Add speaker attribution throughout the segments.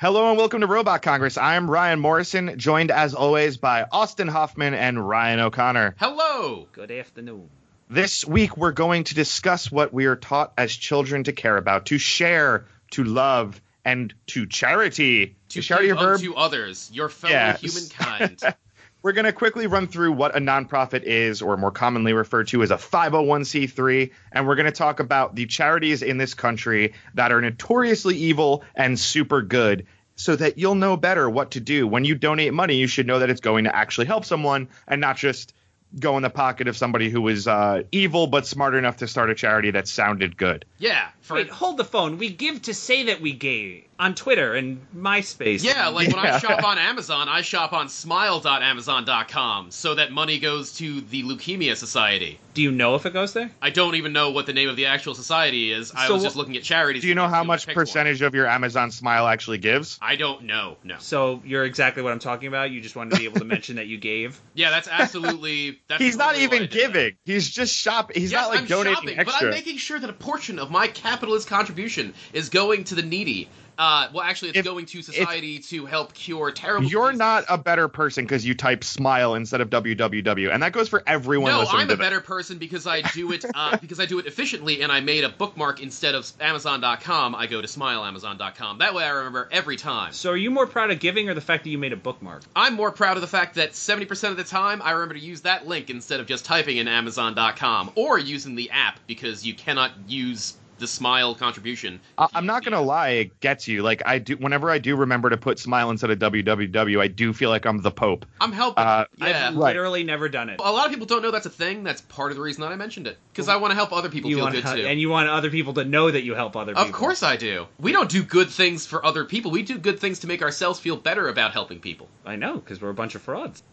Speaker 1: Hello and welcome to Robot Congress. I'm Ryan Morrison, joined as always by Austin Hoffman and Ryan O'Connor.
Speaker 2: Hello!
Speaker 3: Good afternoon.
Speaker 1: This week we're going to discuss what we are taught as children to care about, to share, to love, and to charity.
Speaker 2: To
Speaker 1: Is charity a
Speaker 2: give
Speaker 1: verb?
Speaker 2: unto others, your fellow
Speaker 1: Yes.
Speaker 2: humankind.
Speaker 1: We're going to quickly run through what a nonprofit is, or more commonly referred to as a 501c3, and we're going to talk about the charities in this country that are notoriously evil and super good so that you'll know better what to do. When you donate money, you should know that it's going to actually help someone and not just go in the pocket of somebody who was uh, evil but smart enough to start a charity that sounded good.
Speaker 2: yeah, for
Speaker 3: Wait, hold the phone. We give to say that we gave on Twitter and MySpace.
Speaker 2: Yeah, like when I
Speaker 1: Yeah.
Speaker 2: shop on Amazon, I shop on smile.amazon.com so that money goes to the Leukemia Society.
Speaker 3: Do you know if it goes there?
Speaker 2: I don't even know what the name of the actual society is. I
Speaker 3: So
Speaker 2: was
Speaker 3: wh-
Speaker 2: just looking at charities.
Speaker 1: Do you know
Speaker 2: and
Speaker 1: how
Speaker 2: I
Speaker 1: much
Speaker 2: picked one.
Speaker 1: percentage of your Amazon smile actually gives?
Speaker 2: I don't know. No.
Speaker 3: So you're exactly what I'm talking about. You just wanted to be able to mention that you gave.
Speaker 2: Yeah, that's absolutely. That's
Speaker 1: He's not
Speaker 2: totally what I
Speaker 1: even
Speaker 2: did there.
Speaker 1: giving. He's just shopping. He's
Speaker 2: yes,
Speaker 1: not like
Speaker 2: I'm
Speaker 1: donating
Speaker 2: shopping,
Speaker 1: extra.
Speaker 2: but I'm making sure that a portion of my capitalist contribution is going to the needy. Uh, well, actually, it's
Speaker 1: If-
Speaker 2: going to society to help cure terrible.
Speaker 1: You're
Speaker 2: diseases.
Speaker 1: not a better person because you type smile instead of www, and that goes for everyone
Speaker 2: No,
Speaker 1: listening
Speaker 2: I'm
Speaker 1: to
Speaker 2: a
Speaker 1: this.
Speaker 2: better person because I do it uh, because I do it efficiently, and I made a bookmark instead of Amazon.com. I go to SmileAmazon.com. That way, I remember every time.
Speaker 3: So are you more proud of giving or the fact that you made a bookmark?
Speaker 2: I'm more proud of the fact that 70% of the time, I remember to use that link instead of just typing in Amazon.com or using the app because you cannot use the Smile contribution. if
Speaker 1: I-
Speaker 2: you
Speaker 1: I'm
Speaker 2: use
Speaker 1: not
Speaker 2: the
Speaker 1: gonna
Speaker 2: app.
Speaker 1: lie, it gets you. Like I do, whenever I do remember to put smile instead of www, I do feel like I'm the Pope.
Speaker 2: I'm helping.
Speaker 1: Uh,
Speaker 2: yeah.
Speaker 3: I've
Speaker 1: Right.
Speaker 3: literally never done it.
Speaker 2: A lot of people don't know that's a thing. That's part of the reason that I mentioned it because I want to help other people
Speaker 3: You
Speaker 2: feel
Speaker 3: want
Speaker 2: good
Speaker 3: to-
Speaker 2: too.
Speaker 3: and you want other people to know that you help other people.
Speaker 2: Of course I do. We don't do good things for other people. We do good things to make ourselves feel better about helping people.
Speaker 3: I know because we're a bunch of frauds.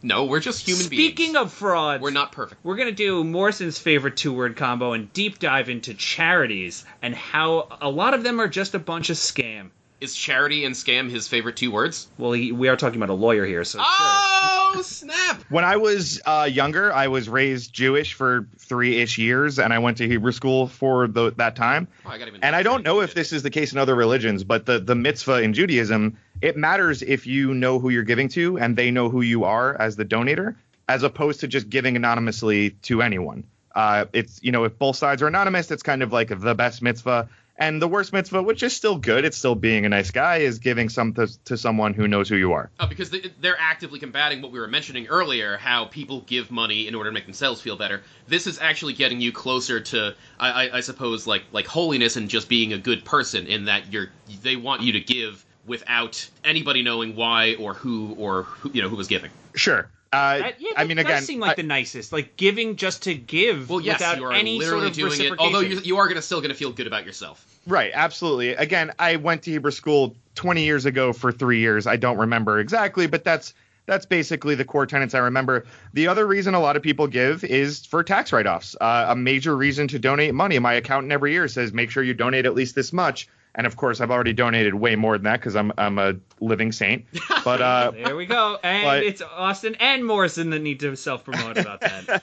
Speaker 2: No, we're just human beings.
Speaker 3: Speaking of frauds,
Speaker 2: we're not perfect.
Speaker 3: We're going to do Morrison's favorite two word combo and deep dive into charities and how a lot of them are just a bunch of scam.
Speaker 2: Is charity and scam his favorite two words?
Speaker 3: Well, he, we are talking about a lawyer here, so sure.
Speaker 2: Oh snap!
Speaker 1: When I was uh, younger, I was raised Jewish for three ish years, and I went to Hebrew school for the, that time.
Speaker 2: Oh, I gotta even
Speaker 1: And I don't know if this is the case in other religions, but the, the mitzvah in Judaism, it matters if you know who you're giving to and they know who you are as the donator, as opposed to just giving anonymously to anyone. Uh, it's, you know, if both sides are anonymous, it's kind of like the best mitzvah. And the worst mitzvah, which is still good, it's still being a nice guy, is giving some to, to someone who knows who you are.
Speaker 2: Oh, because they- they're actively combating what we were mentioning earlier, how people give money in order to make themselves feel better. This is actually getting you closer to, I, I, I suppose, like like holiness and just being a good person. In that you're, they want you to give without anybody knowing why or who or who, you know who was giving.
Speaker 1: Sure. Uh,
Speaker 3: That- yeah,
Speaker 1: I
Speaker 3: that
Speaker 1: mean,
Speaker 3: does
Speaker 1: again,
Speaker 3: seem like
Speaker 1: I-
Speaker 3: the nicest, like giving just to give
Speaker 2: Well, yes,
Speaker 3: without
Speaker 2: you are
Speaker 3: any
Speaker 2: literally
Speaker 3: sort of
Speaker 2: doing it.
Speaker 3: reciprocation.
Speaker 2: Although you, you are gonna still gonna feel good about yourself.
Speaker 1: Right, absolutely. Again, I went to Hebrew school 20 years ago for 3 years. I don't remember exactly, but that's that's basically the core tenets I remember. The other reason a lot of people give is for tax write-offs. Uh, a major reason to donate money. My accountant every year says make sure you donate at least this much. And of course, I've already donated way more than that because I'm I'm a living saint. But uh,
Speaker 3: there we go, and
Speaker 1: But-
Speaker 3: it's Austin and Morrison that need to self promote about that.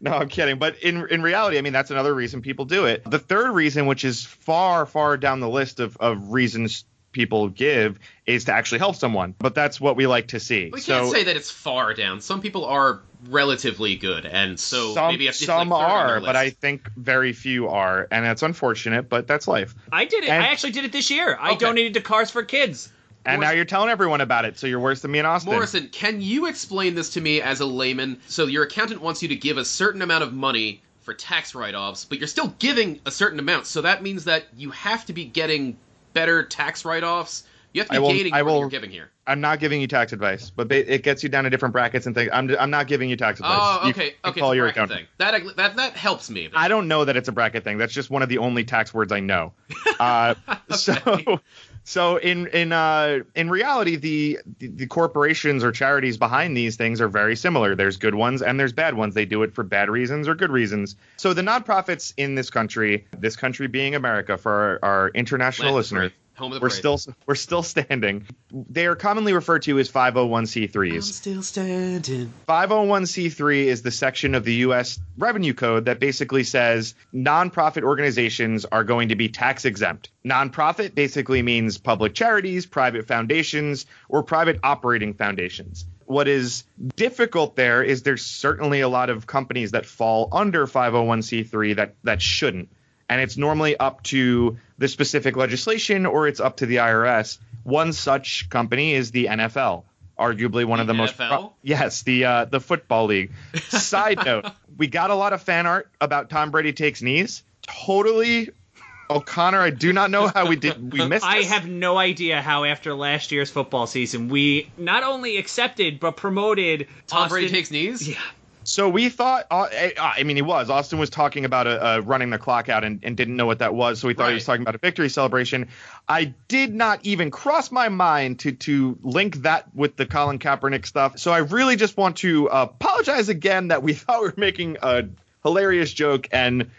Speaker 1: No, I'm kidding. But in in reality, I mean that's another reason people do it. The third reason, which is far far down the list of of reasons people give, is to actually help someone. But that's what we like to see.
Speaker 2: We
Speaker 1: so
Speaker 2: can't say that it's far down. Some people are relatively good, and so
Speaker 1: some
Speaker 2: maybe it's it's
Speaker 1: some
Speaker 2: like third on
Speaker 1: are,
Speaker 2: their
Speaker 1: but I
Speaker 2: list.
Speaker 1: think very few are, and that's unfortunate. But that's life.
Speaker 3: I did it.
Speaker 1: And-
Speaker 3: I actually did it this year. I
Speaker 2: Okay.
Speaker 3: donated to Cars for Kids.
Speaker 1: And now
Speaker 2: Morrison-
Speaker 1: you're telling everyone about it, so you're worse than me and Austin.
Speaker 2: Morrison, can you explain this to me as a layman? So your accountant wants you to give a certain amount of money for tax write-offs, but you're still giving a certain amount. So that means that you have to be getting better tax write-offs
Speaker 4: You have to be
Speaker 1: I will-
Speaker 4: gating
Speaker 1: I
Speaker 4: what
Speaker 1: will-
Speaker 4: you're giving here.
Speaker 1: I'm not giving you tax advice, but ba- it gets you down to different brackets and things. I'm, I'm not giving you tax advice.
Speaker 4: Oh,
Speaker 1: You
Speaker 4: okay,
Speaker 1: can
Speaker 4: okay.
Speaker 1: Call
Speaker 4: it's a
Speaker 1: your
Speaker 4: bracket
Speaker 1: accountant.
Speaker 4: thing. That that that helps me.
Speaker 1: I don't know that it's a bracket thing. That's just one of the only tax words I know. Uh, So, so in in uh, in reality, the, the the corporations or charities behind these things are very similar. There's good ones and there's bad ones. They do it for bad reasons or good reasons. So the nonprofits in this country, this country being America, for our, our international
Speaker 4: Land of the
Speaker 1: listeners.
Speaker 4: brave, Home of the
Speaker 1: We're
Speaker 4: brave.
Speaker 1: still we're still standing. They are commonly referred to as 501c3s.
Speaker 4: still standing.
Speaker 1: 501c3 is the section of the U.S. Revenue Code that basically says nonprofit organizations are going to be tax exempt. Nonprofit basically means public charities, private foundations, or private operating foundations. What is difficult there is there's certainly a lot of companies that fall under 501c3 that, that shouldn't. And it's normally up to the specific legislation or it's up to the IRS. One such company is the NFL, arguably one of
Speaker 4: The
Speaker 1: the most.
Speaker 4: NFL?
Speaker 1: Yes, the uh, the football league. Side note: We got a lot of fan art about Tom Brady takes knees. Totally, O'Connor. I do not know how we did. We missed.
Speaker 3: I
Speaker 1: this.
Speaker 3: have no idea how after last year's football season we not only accepted but promoted
Speaker 4: Tom Brady
Speaker 3: Austin-
Speaker 4: takes knees.
Speaker 3: Yeah.
Speaker 1: So we thought. Uh, eh, uh, I mean, he was. Austin was talking about a, uh running the clock out and, and didn't know what that was. So we thought he was
Speaker 4: Right.
Speaker 1: talking about a victory celebration. I did not even cross my mind to to link that with the Colin Kaepernick stuff. So I really just want to uh, apologize again that we thought we were making a hilarious joke and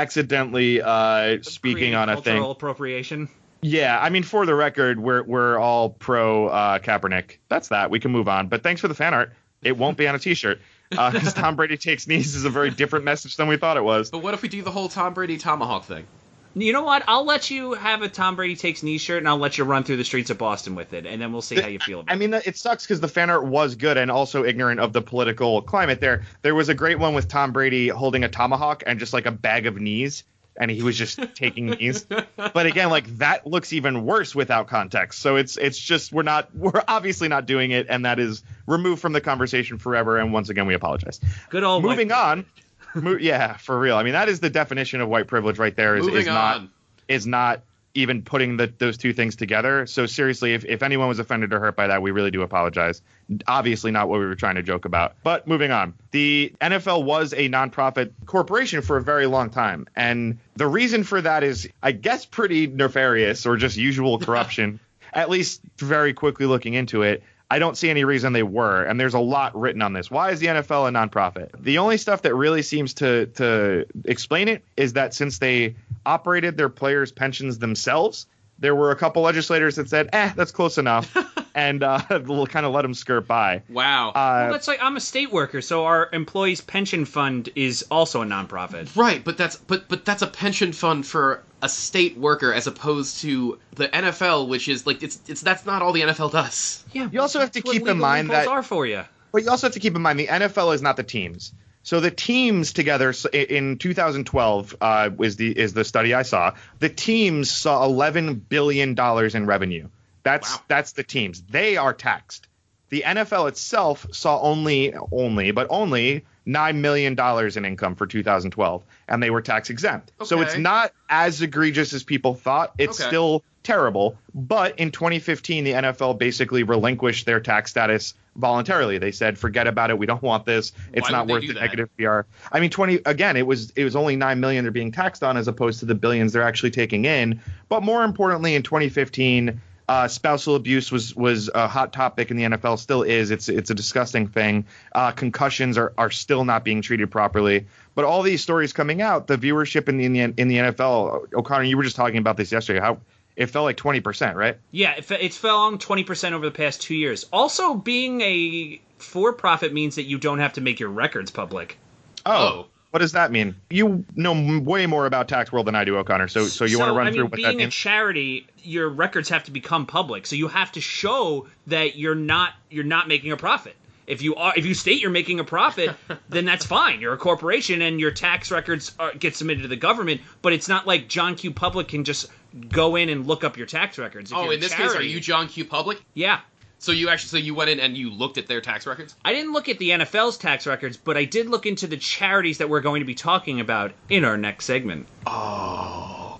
Speaker 1: accidentally uh, speaking
Speaker 3: Creating
Speaker 1: on a
Speaker 3: cultural
Speaker 1: thing.
Speaker 3: appropriation.
Speaker 1: Yeah, I mean, for the record, we're we're all pro uh, Kaepernick. That's that. We can move on. But thanks for the fan art. It won't be on a T-shirt because Tom Brady takes knees is a very different message than we thought it was.
Speaker 4: But what if we do the whole Tom Brady tomahawk thing?
Speaker 3: You know what? I'll let you have a Tom Brady takes knee shirt, and I'll let you run through the streets of Boston with it, and then we'll see how you feel about
Speaker 1: I
Speaker 3: it.
Speaker 1: mean, it sucks because the fan art was good and also ignorant of the political climate. There, there was a great one with Tom Brady holding a tomahawk and just like a bag of knees, and he was just taking knees. But again, like that looks even worse without context. So it's it's just we're not we're obviously not doing it, and that is removed from the conversation forever. And once again, we apologize.
Speaker 3: Good old
Speaker 1: Moving
Speaker 3: white-
Speaker 1: on. Mo- yeah, for real. I mean, that is the definition of white privilege right there. Is,
Speaker 4: Moving
Speaker 1: is not
Speaker 4: on.
Speaker 1: is not even putting the, those two things together. So seriously, if, if anyone was offended or hurt by that, we really do apologize. Obviously not what we were trying to joke about. But moving on. The NFL was a nonprofit corporation for a very long time. And the reason for that is I guess pretty nefarious or just usual corruption. At least very quickly looking into it. I don't see any reason they were, and there's a lot written on this. Why is the NFL a nonprofit? The only stuff that really seems to to explain it is that since they operated their players' pensions themselves, there were a couple legislators that said, "Eh, that's close enough," and uh, kind of let them skirt by.
Speaker 4: Wow.
Speaker 3: Well,
Speaker 1: Uh,
Speaker 3: that's like I'm a state worker, so our employees' pension fund is also a nonprofit.
Speaker 4: Right, but that's but but that's a pension fund for a state worker as opposed to the NFL, which is like it's it's that's not all the NFL does.
Speaker 3: Yeah.
Speaker 1: You also have to
Speaker 3: that's what
Speaker 1: keep in
Speaker 3: legal
Speaker 1: mind
Speaker 3: loopholes
Speaker 1: that-
Speaker 3: are for you.
Speaker 1: But you also have to keep in mind the NFL is not the teams. So the teams together so i- in 2012 uh, was the is the study I saw. The teams saw 11 billion dollars in revenue. That's
Speaker 4: Wow.
Speaker 1: that's the teams. They are taxed. The NFL itself saw only only but only nine million dollars in income for 2012, and they were tax exempt. So it's
Speaker 4: Okay.
Speaker 1: not as egregious as people thought. It's
Speaker 4: Okay.
Speaker 1: still terrible. But in 2015, the NFL basically relinquished their tax status voluntarily. They said, "Forget about it. We don't want this. It's
Speaker 4: Why
Speaker 1: not
Speaker 4: would they
Speaker 1: worth
Speaker 4: do
Speaker 1: the
Speaker 4: that?
Speaker 1: negative PR." I mean, 20 again. It was it was only nine million they're being taxed on, as opposed to the billions they're actually taking in. But more importantly, in 2015. Uh, spousal abuse was was a hot topic in the NFL. Still is. It's it's a disgusting thing. Uh, concussions are, are still not being treated properly. But all these stories coming out, the viewership in the in the, in the NFL. O'Connor, you were just talking about this yesterday. How it fell like 20 percent, right?
Speaker 3: Yeah, it fe- it's fallen 20% over the past two years. Also, being a for profit means that you don't have to make your records public.
Speaker 4: Oh.
Speaker 1: What does that mean? You know m- way more about tax world than I do, O'Connor. So, so you want to run
Speaker 3: I mean,
Speaker 1: through what
Speaker 3: being
Speaker 1: that
Speaker 3: a
Speaker 1: means?
Speaker 3: charity, your records have to become public, so you have to show that you're not you're not making a profit. If you are, if you state you're making a profit, then that's fine. You're a corporation, and your tax records are, get submitted to the government. But it's not like John Q. Public can just go in and look up your tax records. If
Speaker 4: Oh,
Speaker 3: you're a
Speaker 4: in this case, are
Speaker 3: charity-
Speaker 4: you John Q. Public?
Speaker 3: Yeah,
Speaker 4: So you actually so you went in and you looked at their tax records?
Speaker 3: I didn't look at the NFL's tax records, but I did look into the charities that we're going to be talking about in our next segment.
Speaker 4: Oh.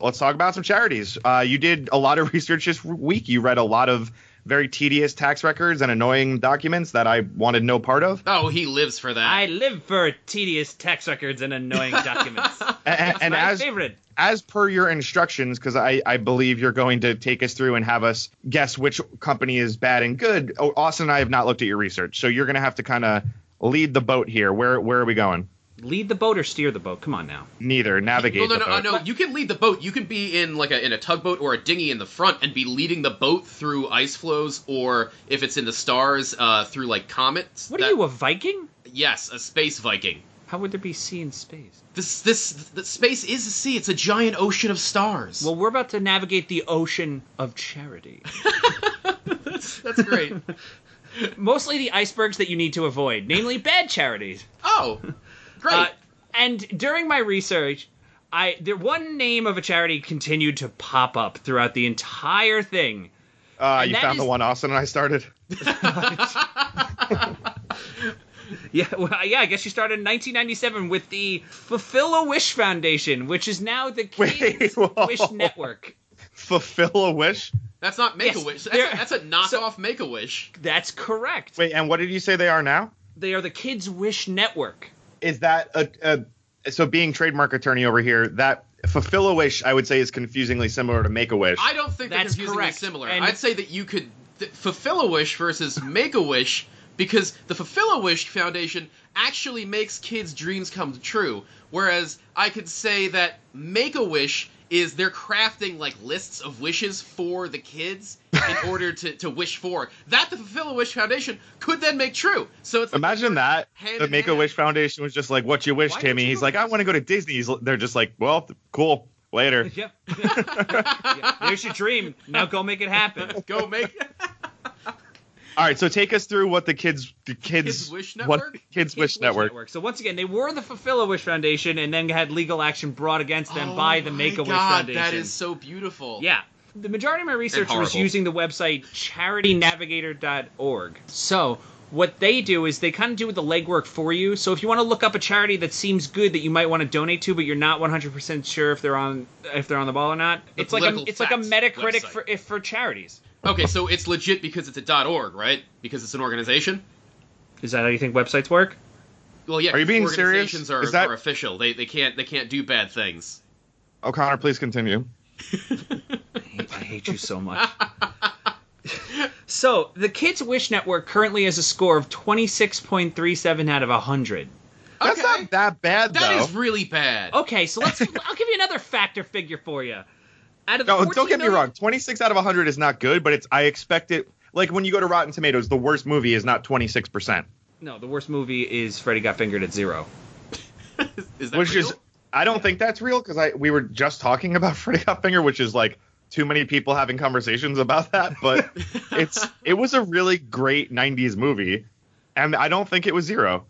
Speaker 1: let's talk about some charities. Uh, you did a lot of research this week. You read a lot of very tedious tax records and annoying documents that I wanted no part of.
Speaker 4: Oh, he lives for that.
Speaker 3: I live for tedious tax records and annoying documents.
Speaker 1: And, and- and
Speaker 3: My
Speaker 1: as
Speaker 3: favorite.
Speaker 1: as per your instructions, because I, I believe you're going to take us through and have us guess which company is bad and good. Oh, Austin and I have not looked at your research, so you're going to have to kind of lead the boat here. Where where are we going?
Speaker 3: Lead the boat or steer the boat? Come on now.
Speaker 1: Neither navigate.
Speaker 2: no, no,
Speaker 1: the
Speaker 2: no,
Speaker 1: boat.
Speaker 2: no. You can lead the boat. You can be in like a in a tugboat or a dinghy in the front and be leading the boat through ice flows, or if it's in the stars, uh, through like comets.
Speaker 3: What
Speaker 2: That-
Speaker 3: are you, a Viking?
Speaker 2: Yes, a space Viking.
Speaker 3: How would there be sea in space?
Speaker 2: This this the space is a sea. It's a giant ocean of stars.
Speaker 3: Well, we're about to navigate the ocean of charity.
Speaker 2: that's great.
Speaker 3: Mostly the icebergs that you need to avoid, namely bad charities.
Speaker 2: oh, great.
Speaker 3: Uh, and during my research, I the one name of a charity continued to pop up throughout the entire thing.
Speaker 1: Uh,
Speaker 3: and
Speaker 1: you
Speaker 3: that
Speaker 1: found the
Speaker 3: is-
Speaker 1: one Austin and I started.
Speaker 3: Yeah, well, yeah, I guess you started in 1997 with the Fulfill a Wish Foundation, which is now the Kids
Speaker 1: whoa.
Speaker 3: Wish Network.
Speaker 1: Fulfill a wish.
Speaker 2: that's not Make a Wish.
Speaker 3: yes,
Speaker 2: That's, a-
Speaker 3: there-
Speaker 2: that's a knockoff Make a Wish.
Speaker 3: That's correct.
Speaker 1: Wait, and what did you say they are now?
Speaker 3: They are the Kids Wish Network.
Speaker 1: Is that a, a so being trademark attorney over here? That fulfill a wish, I would say, is confusingly similar to make a wish.
Speaker 2: I don't think they're
Speaker 3: That's
Speaker 2: confusingly
Speaker 3: correct.
Speaker 2: similar.
Speaker 3: And-
Speaker 2: I'd say that you could th- fulfill a wish versus make a wish because the Fulfill a Wish Foundation actually makes kids' dreams come true, whereas I could say that make a wish is they're crafting like lists of wishes for the kids in order to, to wish for that the Fulfill a Wish Foundation could then make true. So it's
Speaker 1: Imagine that
Speaker 2: Hand
Speaker 1: the
Speaker 2: in
Speaker 1: Make a Wish Foundation was just like, "What you wish,
Speaker 3: Why don't
Speaker 1: Timmy."
Speaker 3: you
Speaker 1: He's
Speaker 3: do
Speaker 1: like, "I want to go to Disney." He's, they're just like, "Well, cool, later."
Speaker 3: Yep. Yeah, There's your dream. Now go make it happen.
Speaker 2: go make
Speaker 1: All right, so take us through what the kids, the kids,
Speaker 2: Kids Wish
Speaker 1: what
Speaker 2: Network?
Speaker 1: the kids, wish, network.
Speaker 3: So once again, they were the Fulfill a Wish Foundation, and then had legal action brought against them by the
Speaker 2: Oh my
Speaker 3: Make a Wish
Speaker 2: God,
Speaker 3: Foundation.
Speaker 2: That is so beautiful.
Speaker 3: Yeah. The majority of my research was
Speaker 2: horrible.
Speaker 3: using the website charitynavigator.org. So, what they do is they kind of do the legwork for you. So, if you want to look up a charity that seems good that you might want to donate to, but you're not 100% sure if they're on if they're on the ball or not, it's like a
Speaker 2: political
Speaker 3: it's like a
Speaker 2: facts
Speaker 3: Metacritic
Speaker 2: website.
Speaker 3: for if for charities.
Speaker 2: Okay, so it's legit because it's a .org, right? Because it's an organization.
Speaker 3: Is that how you think websites work?
Speaker 2: Well, yeah.
Speaker 1: Are you being serious?
Speaker 2: organizations Are,
Speaker 1: Is that-
Speaker 2: are official. They they can't they can't do bad things.
Speaker 1: O'Connor, please continue.
Speaker 3: I hate, I hate you so much. so, the Kids Wish Network currently has a score of 26.37 out of 100.
Speaker 1: That's
Speaker 2: okay.
Speaker 1: not that bad
Speaker 2: That
Speaker 1: though.
Speaker 2: is really bad.
Speaker 1: Oh,
Speaker 3: Okay, so let's. I'll give you another factor figure for you. Out of the
Speaker 1: no, don't
Speaker 3: 14
Speaker 1: get me
Speaker 3: million-
Speaker 1: wrong. Twenty six out of hundred is not good, but it's I expect it. Like when you go to Rotten Tomatoes, the worst movie is not twenty six percent,
Speaker 3: No, the worst movie is Freddy Got Fingered at Zero.
Speaker 2: Is, is that
Speaker 1: which
Speaker 2: real?
Speaker 1: is I don't think that's real because I we were just talking about Freddy Got Finger, which is like too many people having conversations about that, but it's it was a really great '90s movie, and I don't think it was zero.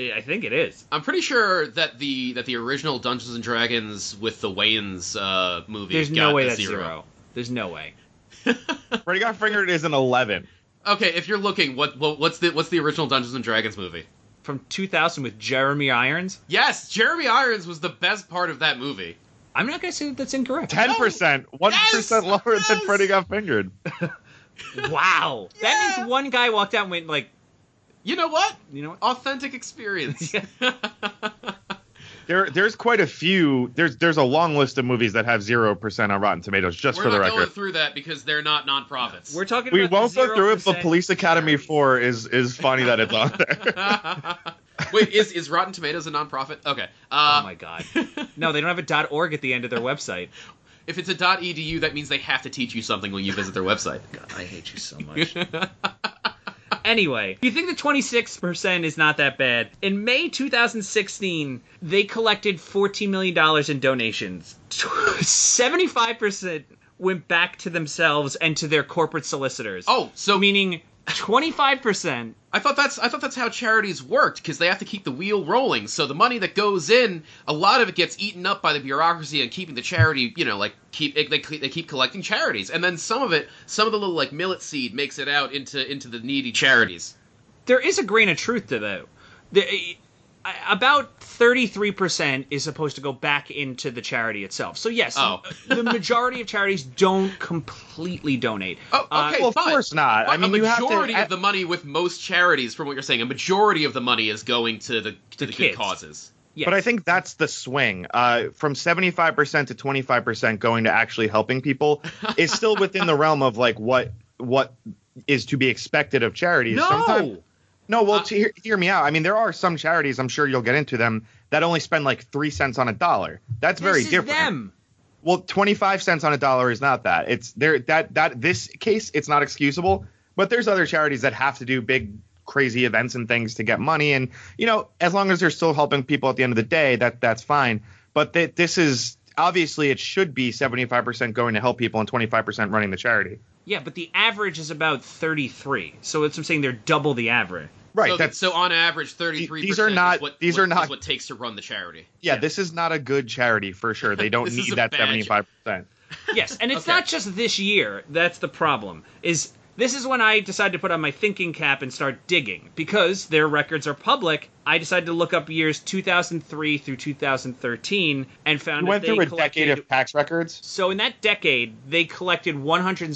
Speaker 3: Yeah, I think it is.
Speaker 2: I'm pretty sure that the that the original Dungeons and Dragons with the Wayans uh, movie.
Speaker 3: There's
Speaker 2: got
Speaker 3: no way
Speaker 2: a
Speaker 3: that's
Speaker 2: zero.
Speaker 3: zero. There's no way.
Speaker 1: Freddy Got Fingered is an 11.
Speaker 2: Okay, if you're looking, what, what what's the what's the original Dungeons and Dragons movie?
Speaker 3: From 2000 with Jeremy Irons,
Speaker 2: Yes, Jeremy Irons was the best part of that movie.
Speaker 3: I'm not gonna say that that's incorrect.
Speaker 1: 10%, 1% lower than
Speaker 2: Yes!
Speaker 1: Freddy Got Fingered.
Speaker 3: wow, that means one guy walked out and went like,
Speaker 2: You know what?
Speaker 3: you know what?
Speaker 2: Authentic experience.
Speaker 1: There, there's quite a few. There's there's a long list of movies that have zero percent on Rotten Tomatoes. Just
Speaker 2: We're
Speaker 1: for the
Speaker 2: not going
Speaker 1: record,
Speaker 2: through that because they're not nonprofits.
Speaker 3: We're talking.
Speaker 1: we
Speaker 3: about
Speaker 1: won't
Speaker 3: the
Speaker 1: go through it. But
Speaker 3: 0%
Speaker 1: Police Academy
Speaker 3: charities.
Speaker 1: Four is is funny that it's on there.
Speaker 2: Wait, is is Rotten Tomatoes a nonprofit? Okay. Uh,
Speaker 3: Oh my god. No, they don't have a dot .org at the end of their website.
Speaker 2: If it's a .edu, that means they have to teach you something when you visit their website.
Speaker 3: I hate you so much. anyway, you think that 26% is not that bad. In May 2016, they collected $14 million in donations. 75% went back to themselves and to their corporate solicitors.
Speaker 2: Oh, so
Speaker 3: Meaning 25%.
Speaker 2: I thought that's I thought that's how charities worked because they have to keep the wheel rolling. So the money that goes in, a lot of it gets eaten up by the bureaucracy and keeping the charity, you know, like keep they, they keep collecting charities, and then some of it, some of the little like millet seed makes it out into into the needy charities.
Speaker 3: There is a grain of truth to that. The, I- about 33% is supposed to go back into the charity itself. So yes,
Speaker 2: Oh.
Speaker 3: the majority of charities don't completely donate.
Speaker 2: Oh,
Speaker 3: Uh,
Speaker 2: okay.
Speaker 1: well, of
Speaker 2: but-
Speaker 1: course not.
Speaker 2: but
Speaker 1: I mean,
Speaker 2: a
Speaker 1: you have to-
Speaker 2: majority of the money with most charities, from what you're saying, a majority of the money is going to the to the, good
Speaker 3: kids.
Speaker 2: causes.
Speaker 3: yes.
Speaker 1: But I think that's the swing. Uh, from 75% to 25% going to actually helping people is still within the realm of like what what is to be expected of charities.
Speaker 2: No,
Speaker 1: Sometime- no, well,
Speaker 2: Uh,
Speaker 1: to hear, hear me out. I mean, there are some charities, I'm sure you'll get into them, that only spend like 3 cents on a dollar. That's
Speaker 3: this
Speaker 1: very
Speaker 3: is
Speaker 1: different.
Speaker 3: them.
Speaker 1: Well, 25 cents on a dollar is not that. It's there that that this case it's not excusable, but there's other charities that have to do big crazy events and things to get money and you know, as long as they're still helping people at the end of the day, that that's fine. But th- this is obviously it should be 75% going to help people and 25% running the charity.
Speaker 3: Yeah, but the average is about 33. So that's what I'm saying they're double the average.
Speaker 1: Right.
Speaker 2: so,
Speaker 1: that's
Speaker 2: so on average, thirty three.
Speaker 1: These are not-
Speaker 2: What,
Speaker 1: these
Speaker 2: what-
Speaker 1: are
Speaker 2: is
Speaker 1: not-
Speaker 2: what takes to run the charity.
Speaker 1: yeah, this is not a good charity for sure. They don't
Speaker 2: This is a
Speaker 1: need that
Speaker 2: bad
Speaker 1: 75%.
Speaker 3: Yes, and it's
Speaker 2: Okay.
Speaker 3: not just this year. That's the problem. Is this is when I decided to put on my thinking cap and start digging because their records are public. I decided to look up years 2003 through 2013 and found
Speaker 1: You
Speaker 3: that
Speaker 1: went
Speaker 3: they
Speaker 1: through a
Speaker 3: collected.
Speaker 1: decade of tax records.
Speaker 3: so in that decade, they collected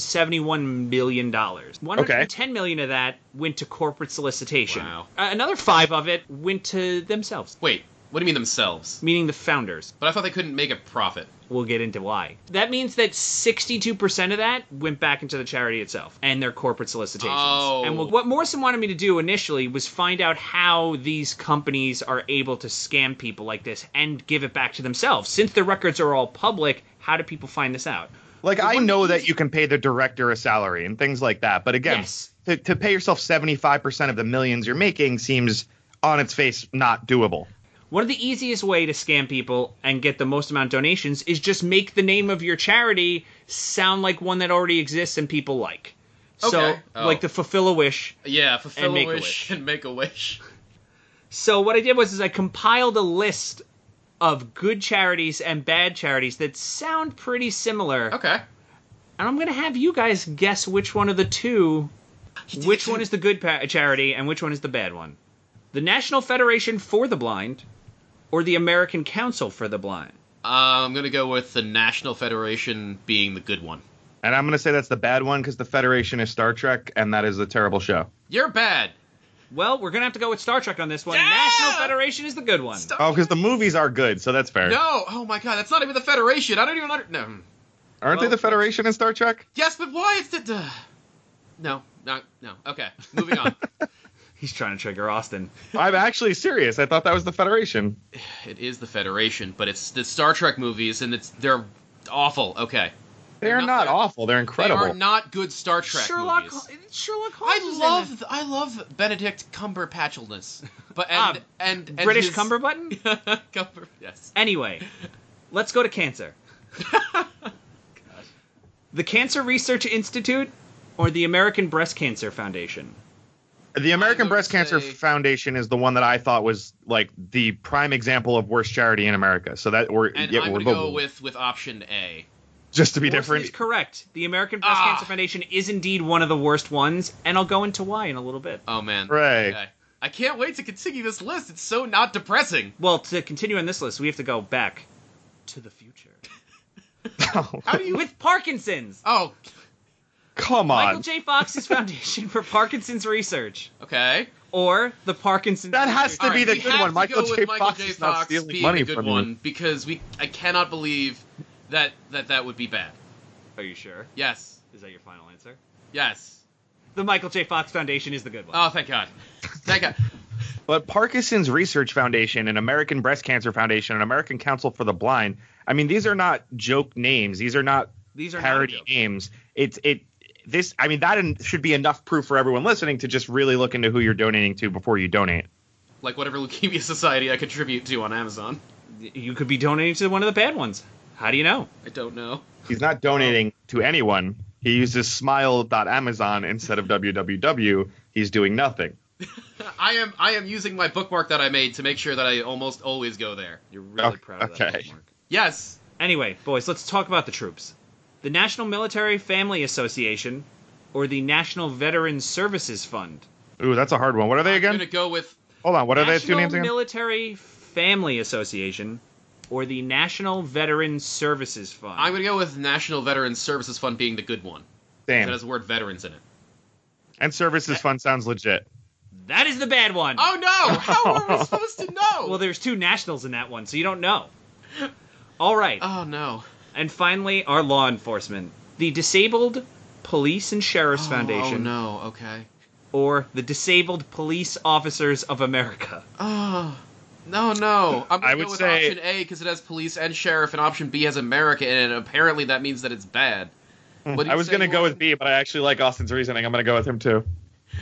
Speaker 3: 171 million dollars. 110 million of that went to corporate solicitation.
Speaker 2: Wow.
Speaker 3: Uh, another five of it went to themselves,
Speaker 2: Wait, what do you mean themselves?
Speaker 3: meaning the founders.
Speaker 2: But I thought they couldn't make a profit.
Speaker 3: We'll get into why. That means that 62% of that went back into the charity itself and their corporate solicitations.
Speaker 2: Oh.
Speaker 3: And what Morrison wanted me to do initially was find out how these companies are able to scam people like this and give it back to themselves. Since their records are all public, how do people find this out?
Speaker 1: Like I
Speaker 3: one
Speaker 1: know
Speaker 3: easy-
Speaker 1: that you can pay the director a salary and things like that, but again,
Speaker 3: Yes.
Speaker 1: to, to pay yourself seventy five percent of the millions you're making seems on its face not doable.
Speaker 3: One of the easiest way to scam people and get the most amount of donations is just make the name of your charity sound like one that already exists and people like. So,
Speaker 2: Okay. Oh.
Speaker 3: like the Fulfill a Wish
Speaker 2: Yeah, fulfill
Speaker 3: And
Speaker 2: a
Speaker 3: make a
Speaker 2: wish,
Speaker 3: wish.
Speaker 2: and make a wish.
Speaker 3: So what I did was is I compiled a list of good charities and bad charities that sound pretty similar.
Speaker 2: Okay.
Speaker 3: And I'm going to have you guys guess which one of the two which one is the good pa- charity and which one is the bad one. The National Federation for the Blind or the American Council for the Blind.
Speaker 2: Uh, I'm gonna go with the National Federation being the good one.
Speaker 1: And I'm gonna say that's the bad one because the Federation is Star Trek, and that is a terrible show.
Speaker 2: You're bad.
Speaker 3: Well, we're going to have to go with Star Trek on this one.
Speaker 2: Yeah!
Speaker 3: National Federation is the good one.
Speaker 2: Star-
Speaker 1: Oh, because the movies are good, so that's fair.
Speaker 2: No. Oh my God, that's not even the Federation. I don't even under- no.
Speaker 1: Aren't
Speaker 3: Well-
Speaker 1: they the Federation in Star Trek?
Speaker 2: Yes, but why is that? Uh, no, not no. Okay, moving on.
Speaker 3: He's trying to trigger Austin.
Speaker 1: I'm actually serious. I thought that was the Federation.
Speaker 2: it is the Federation, but it's the Star Trek movies, and it's they're awful. Okay,
Speaker 1: They are
Speaker 2: No,
Speaker 1: not
Speaker 2: they're-
Speaker 1: awful. They're incredible.
Speaker 2: they are not good Star Trek
Speaker 3: Sherlock,
Speaker 2: movies.
Speaker 3: Hol- Sherlock Holmes. is
Speaker 2: I
Speaker 3: in
Speaker 2: love
Speaker 3: it.
Speaker 2: th- I love Benedict Cumberpatchelness, but
Speaker 3: Ah,
Speaker 2: and and, and
Speaker 3: British
Speaker 2: his-
Speaker 3: Cumberbutton?
Speaker 2: Cumber yes.
Speaker 3: Anyway, let's go to cancer. the Cancer Research Institute or the American Breast Cancer Foundation?
Speaker 1: The
Speaker 2: I
Speaker 1: American
Speaker 2: would
Speaker 1: Breast Cancer
Speaker 2: say-
Speaker 1: Foundation is the one that I thought was like the prime example of worst charity in America. So that we're
Speaker 2: And
Speaker 1: yeah,
Speaker 2: I'm
Speaker 1: we're
Speaker 2: gonna go
Speaker 1: both-
Speaker 2: with with option A.
Speaker 1: just to be
Speaker 3: Morrison
Speaker 1: different.
Speaker 3: Is correct. The American Breast
Speaker 2: Ah.
Speaker 3: Cancer Foundation is indeed one of the worst ones, and I'll go into why in a little bit.
Speaker 2: Oh man,
Speaker 1: Right.
Speaker 2: Okay. I can't wait to continue this list. It's so not depressing.
Speaker 3: Well, to continue on this list, we have to go back to the future.
Speaker 2: How do you?
Speaker 3: With Parkinson's!
Speaker 2: oh,
Speaker 1: Come
Speaker 3: Michael
Speaker 1: on.
Speaker 3: J. Fox's Foundation for Parkinson's Research
Speaker 2: okay.
Speaker 3: or the Parkinson's
Speaker 1: That has
Speaker 3: Research
Speaker 1: to be
Speaker 2: Alright,
Speaker 1: the
Speaker 2: we
Speaker 1: good
Speaker 2: have
Speaker 1: one.
Speaker 2: to
Speaker 1: Michael
Speaker 2: go
Speaker 1: J.
Speaker 2: with Michael
Speaker 1: Fox
Speaker 2: J.
Speaker 1: is not
Speaker 2: Fox
Speaker 1: stealing
Speaker 2: being
Speaker 1: money
Speaker 2: the good
Speaker 1: from you.
Speaker 2: one because we I cannot believe that that that would be bad.
Speaker 3: Are you sure?
Speaker 2: Yes,
Speaker 3: Is that your final answer?
Speaker 2: yes.
Speaker 3: The Michael J. Fox Foundation is the good one.
Speaker 1: Uh,
Speaker 2: Oh, thank God. Thank God.
Speaker 1: But Parkinson's Research Foundation and American Breast Cancer Foundation and American Council for the Blind. I mean, these are not joke names. These are not
Speaker 3: These are not
Speaker 1: parody
Speaker 3: jokes.
Speaker 1: names. It's it this. I mean, that en- should be enough proof for everyone listening to just really look into who you're donating to before you donate.
Speaker 2: Like whatever leukemia society I contribute to on Amazon.
Speaker 3: You could be donating to one of the bad ones. How do you know?
Speaker 2: I don't know.
Speaker 1: He's not donating to anyone. He uses smile.amazon instead of www. He's doing nothing.
Speaker 2: I am I am using my bookmark that I made to make sure that I almost always go there.
Speaker 3: You're really
Speaker 1: Okay,
Speaker 3: proud of that.
Speaker 1: okay.
Speaker 3: Mark.
Speaker 2: Yes.
Speaker 3: Anyway, boys, let's talk about the troops. The National Military Family Association, or the National Veterans Services Fund.
Speaker 1: Ooh, that's a hard one. What are they
Speaker 2: I'm
Speaker 1: again?
Speaker 2: gonna go with
Speaker 1: Hold on, what are those two
Speaker 3: National
Speaker 1: names again?
Speaker 3: Military Family Association or the National Veteran Services Fund.
Speaker 2: I'm gonna go with National Veterans Services Fund being the good one. That
Speaker 1: Damn.
Speaker 2: has the word veterans in it.
Speaker 1: And services fund sounds legit.
Speaker 3: That is the bad one.
Speaker 2: Oh no! How were we supposed to know?
Speaker 3: Well, there's two nationals in that one, so you don't know. All right.
Speaker 2: oh no!
Speaker 3: and finally, our law enforcement. The Disabled Police and Sheriff's
Speaker 2: Oh,
Speaker 3: Foundation
Speaker 2: Oh no! Okay.
Speaker 3: or the Disabled Police Officers of America.
Speaker 2: Oh no no! I'm gonna
Speaker 1: I would
Speaker 2: go with
Speaker 1: say-
Speaker 2: option A because it has police and sheriff, and option B has America in it. And apparently, that means that it's bad. What do
Speaker 1: Hmm. I
Speaker 2: you
Speaker 1: was
Speaker 2: say,
Speaker 1: gonna go
Speaker 2: Lauren?
Speaker 1: with B, but I actually like Austin's reasoning. I'm gonna go with him too.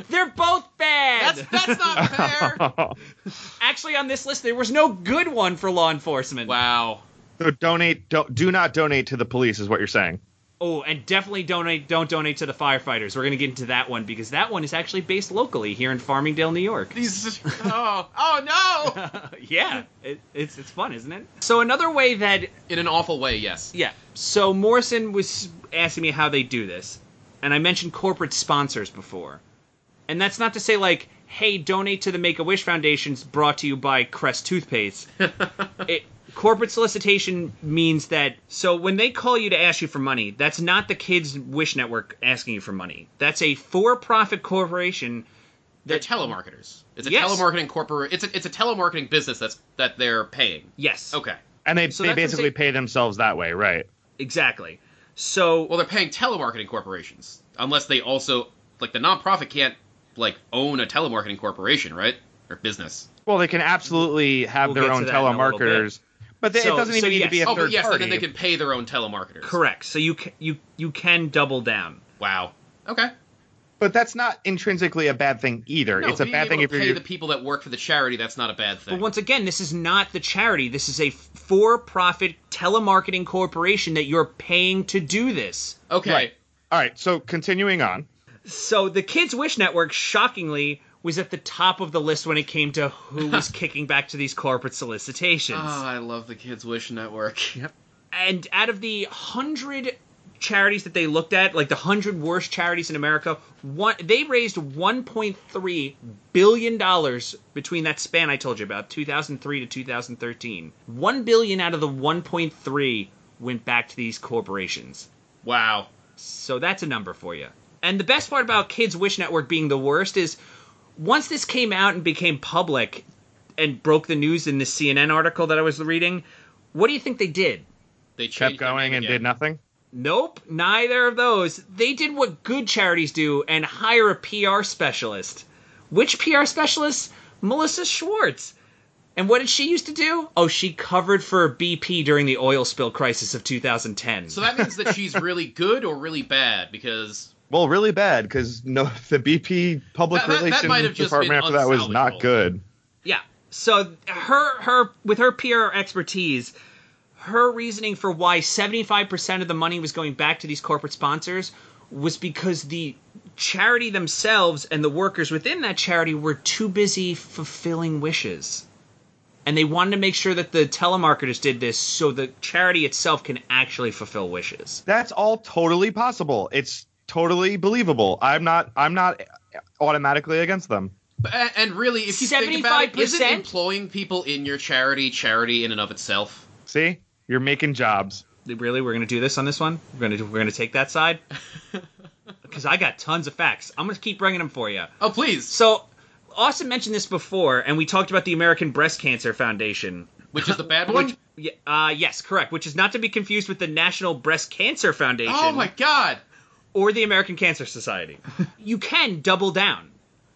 Speaker 3: They're both bad.
Speaker 2: That's that's not fair.
Speaker 3: Actually, on this list, there was no good one for law enforcement.
Speaker 2: wow.
Speaker 1: so donate. Don't, do not donate to the police is what you're saying.
Speaker 3: Oh, and definitely donate. Don't donate to the firefighters. We're gonna get into that one because that one is actually based locally here in Farmingdale, New York.
Speaker 2: These. Oh oh no!
Speaker 3: yeah, it, it's it's fun, isn't it? So another way that
Speaker 2: In an awful way, yes.
Speaker 3: yeah. So Morrison was asking me how they do this, and I mentioned corporate sponsors before, and that's not to say like, hey, donate to the Make a Wish Foundation's brought to you by Crest toothpaste. it, corporate solicitation means that so when they call you to ask you for money that's not the kids wish network asking you for money that's a for-profit corporation
Speaker 2: They're telemarketers. It's a
Speaker 3: Yes.
Speaker 2: telemarketing corporate. It's a it's a telemarketing business that's that they're paying.
Speaker 3: yes
Speaker 2: Okay.
Speaker 1: And they,
Speaker 3: So
Speaker 1: they
Speaker 3: that's what
Speaker 1: basically
Speaker 3: they-
Speaker 1: pay themselves that way, right?
Speaker 3: exactly so
Speaker 2: Well, they're paying telemarketing corporations, unless they also like the nonprofit can't like own a telemarketing corporation, right? Or business.
Speaker 1: Well, they can absolutely have
Speaker 3: We'll
Speaker 1: their
Speaker 3: get
Speaker 1: own
Speaker 3: to that in a little
Speaker 1: telemarketers, but they,
Speaker 3: So-
Speaker 1: it doesn't
Speaker 3: so
Speaker 1: even need
Speaker 3: yes.
Speaker 1: to be a
Speaker 2: oh,
Speaker 1: third
Speaker 2: but yes,
Speaker 1: party.
Speaker 2: and then they can pay their own telemarketers.
Speaker 3: correct so you can you you can double down
Speaker 2: Wow. Okay.
Speaker 1: But that's not intrinsically a bad thing either.
Speaker 2: No,
Speaker 1: it's a
Speaker 2: being
Speaker 1: bad
Speaker 2: able
Speaker 1: thing
Speaker 2: to
Speaker 1: if
Speaker 2: pay
Speaker 1: you're
Speaker 2: the people that work for the charity. That's not a bad thing.
Speaker 3: But once again, this is not the charity. This is a for-profit telemarketing corporation that you're paying to do this.
Speaker 2: okay.
Speaker 1: Right. All right, so continuing on.
Speaker 3: So the Kids Wish Network, shockingly, was at the top of the list when it came to who was kicking back to these corporate solicitations.
Speaker 2: Ah, I love the Kids Wish Network. Yep.
Speaker 3: and out of the hundred charities that they looked at, like the hundred worst charities in America, one they raised one point three billion dollars between that span I told you about, two thousand three to two thousand thirteen. One billion out of the one point three went back to these corporations.
Speaker 2: Wow.
Speaker 3: So that's a number for you. And the best part about Kids Wish Network being the worst is once this came out and became public and broke the news in the CNN article that I was reading, what do you think they did?
Speaker 2: They
Speaker 1: Kept
Speaker 2: changed their
Speaker 1: going
Speaker 2: name
Speaker 1: and
Speaker 2: again.
Speaker 1: did nothing.
Speaker 3: Nope, neither of those. They did what good charities do and hire a PR specialist. Which PR specialist? Melissa Schwartz. And what did she used to do? Oh, she covered for BP during the oil spill crisis of 2010.
Speaker 2: So that means that she's really good or really bad because
Speaker 1: Well, really bad because no, the BP public
Speaker 2: That- that- that
Speaker 1: relations
Speaker 2: might have just
Speaker 1: department
Speaker 2: been
Speaker 1: after that was not
Speaker 2: unsalvageable.
Speaker 1: good.
Speaker 3: yeah. So her her with her PR expertise, her reasoning for why 75% of the money was going back to these corporate sponsors was because the charity themselves and the workers within that charity were too busy fulfilling wishes. And they wanted to make sure that the telemarketers did this so the charity itself can actually fulfill wishes.
Speaker 1: That's all totally possible. It's totally believable. I'm not. I'm not automatically against them.
Speaker 2: But- a- and really if you think about it, isn't
Speaker 3: 75%?
Speaker 2: employing people in your charity charity in and of itself?
Speaker 1: See, you're making jobs.
Speaker 3: Really, we're going to do this on this one? We're going to we're going to take that side? Cuz I got tons of facts. I'm going to keep bringing them for you.
Speaker 2: Oh, please.
Speaker 3: So, Austin mentioned this before, and we talked about the American Breast Cancer Foundation.
Speaker 2: Which is the bad one?
Speaker 3: Y- Uh, yes, correct. Which is not to be confused with the National Breast Cancer Foundation
Speaker 2: Oh my god.
Speaker 3: or the American Cancer Society. you can double down.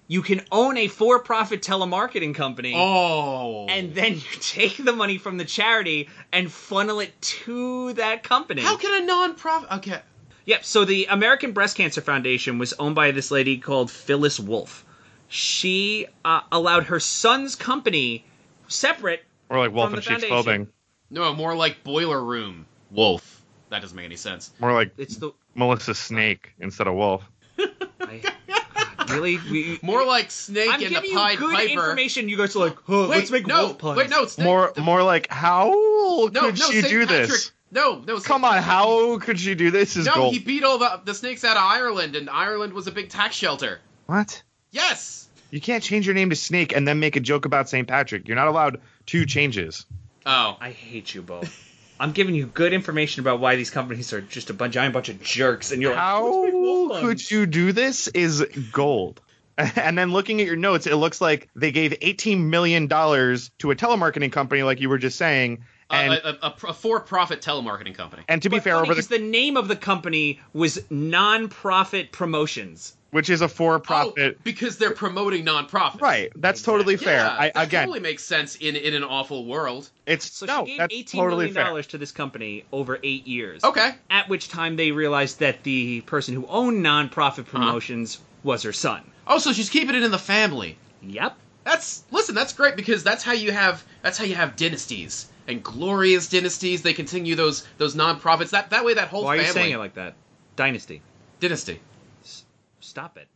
Speaker 3: You can own a for-profit telemarketing company,
Speaker 2: Oh.
Speaker 3: and then you take the money from the charity and funnel it to that company.
Speaker 2: how can a non-profit Okay.
Speaker 3: Yep. So the American Breast Cancer Foundation was owned by this lady called Phyllis Wolf. She uh, allowed her son's company, separate,
Speaker 1: Or like Wolf
Speaker 3: From
Speaker 1: and
Speaker 3: the
Speaker 1: Sheep's
Speaker 3: foundation.
Speaker 1: Clothing.
Speaker 2: No, more like boiler room wolf. That doesn't make any sense.
Speaker 1: More like
Speaker 3: it's the
Speaker 1: Melissa Snake instead of Wolf.
Speaker 3: I, God, really we,
Speaker 2: More like snake
Speaker 3: I'm
Speaker 2: and the
Speaker 3: giving you
Speaker 2: Pied
Speaker 3: good
Speaker 2: Piper.
Speaker 3: information. You guys are like, oh,
Speaker 2: Wait,
Speaker 3: let's make
Speaker 2: no.
Speaker 3: wolf puns.
Speaker 2: Wait, no. Snake,
Speaker 1: More, more like how could
Speaker 2: no, no,
Speaker 1: she
Speaker 2: Saint
Speaker 1: do
Speaker 2: Patrick,
Speaker 1: this?
Speaker 2: No, no. Saint
Speaker 1: Come on,
Speaker 2: Patrick-
Speaker 1: how could she do this? Is
Speaker 2: No,
Speaker 1: gold.
Speaker 2: he beat all the, the snakes out of Ireland, and Ireland was a big tax shelter.
Speaker 1: What?
Speaker 2: Yes.
Speaker 1: You can't change your name to Snake and then make a joke about St. Patrick. You're not allowed two changes.
Speaker 2: Oh,
Speaker 3: I hate you both. I'm giving you good information about why these companies are just a bunch, giant bunch of jerks, and you're like,
Speaker 1: How
Speaker 3: "Let's make
Speaker 1: could
Speaker 3: refunds."
Speaker 1: you do this? Is gold. And then looking at your notes, it looks like they gave $18 million to a telemarketing company, like you were just saying.
Speaker 3: Uh,
Speaker 1: And,
Speaker 2: a, a, a, a for-profit telemarketing company.
Speaker 1: and to be
Speaker 3: What's
Speaker 1: fair,
Speaker 3: funny
Speaker 1: over the,
Speaker 3: is the name of the company was Nonprofit Promotions.
Speaker 1: which is a for profit.
Speaker 2: Oh, because they're promoting nonprofits.
Speaker 1: Right. That's totally
Speaker 2: Yeah,
Speaker 1: fair. I,
Speaker 2: that
Speaker 1: again,
Speaker 2: totally makes sense in in an awful world.
Speaker 1: it's
Speaker 3: So
Speaker 1: no,
Speaker 3: she gave
Speaker 1: that's
Speaker 3: eighteen million
Speaker 1: totally fair.
Speaker 3: dollars to this company over eight years.
Speaker 2: Okay.
Speaker 3: At which time they realized that the person who owned
Speaker 2: Uh-huh.
Speaker 3: Nonprofit Promotions was her son.
Speaker 2: Oh, so she's keeping it in the family.
Speaker 3: Yep.
Speaker 2: That's listen. That's great because that's how you have that's how you have dynasties and glorious dynasties. They continue those those nonprofits. That that way, that whole
Speaker 3: Why are
Speaker 2: family
Speaker 3: you saying it like that? Dynasty.
Speaker 2: dynasty.
Speaker 3: Stop it.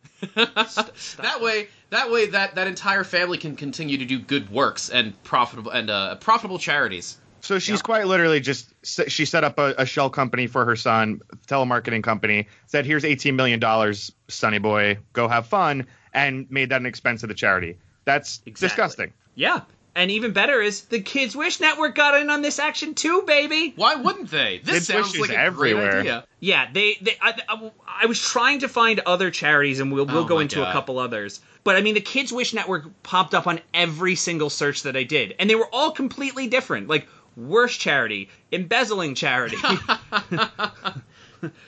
Speaker 3: stop
Speaker 2: that
Speaker 3: it.
Speaker 2: way, that way, that that entire family can continue to do good works and profitable and uh, profitable charities.
Speaker 1: So she's quite literally just s- she set up a, a shell company for her son, telemarketing company. Said, "Here's eighteen million dollars, Sonny boy, go have fun," and made that an expense of the charity. That's
Speaker 3: Exactly.
Speaker 1: disgusting.
Speaker 3: Yeah. And even better is the Kids Wish Network got in on this action too, baby.
Speaker 2: Why wouldn't they? This
Speaker 1: Kids'
Speaker 2: sounds
Speaker 1: wishes
Speaker 2: like a
Speaker 1: everywhere.
Speaker 2: great idea.
Speaker 3: Yeah, they. they I, I, I was trying to find other charities, and we'll we'll
Speaker 2: Oh
Speaker 3: go
Speaker 2: my
Speaker 3: into a
Speaker 2: God.
Speaker 3: couple others. But I mean, the Kids Wish Network popped up on every single search that I did, and they were all completely different. Like worst charity, embezzling charity.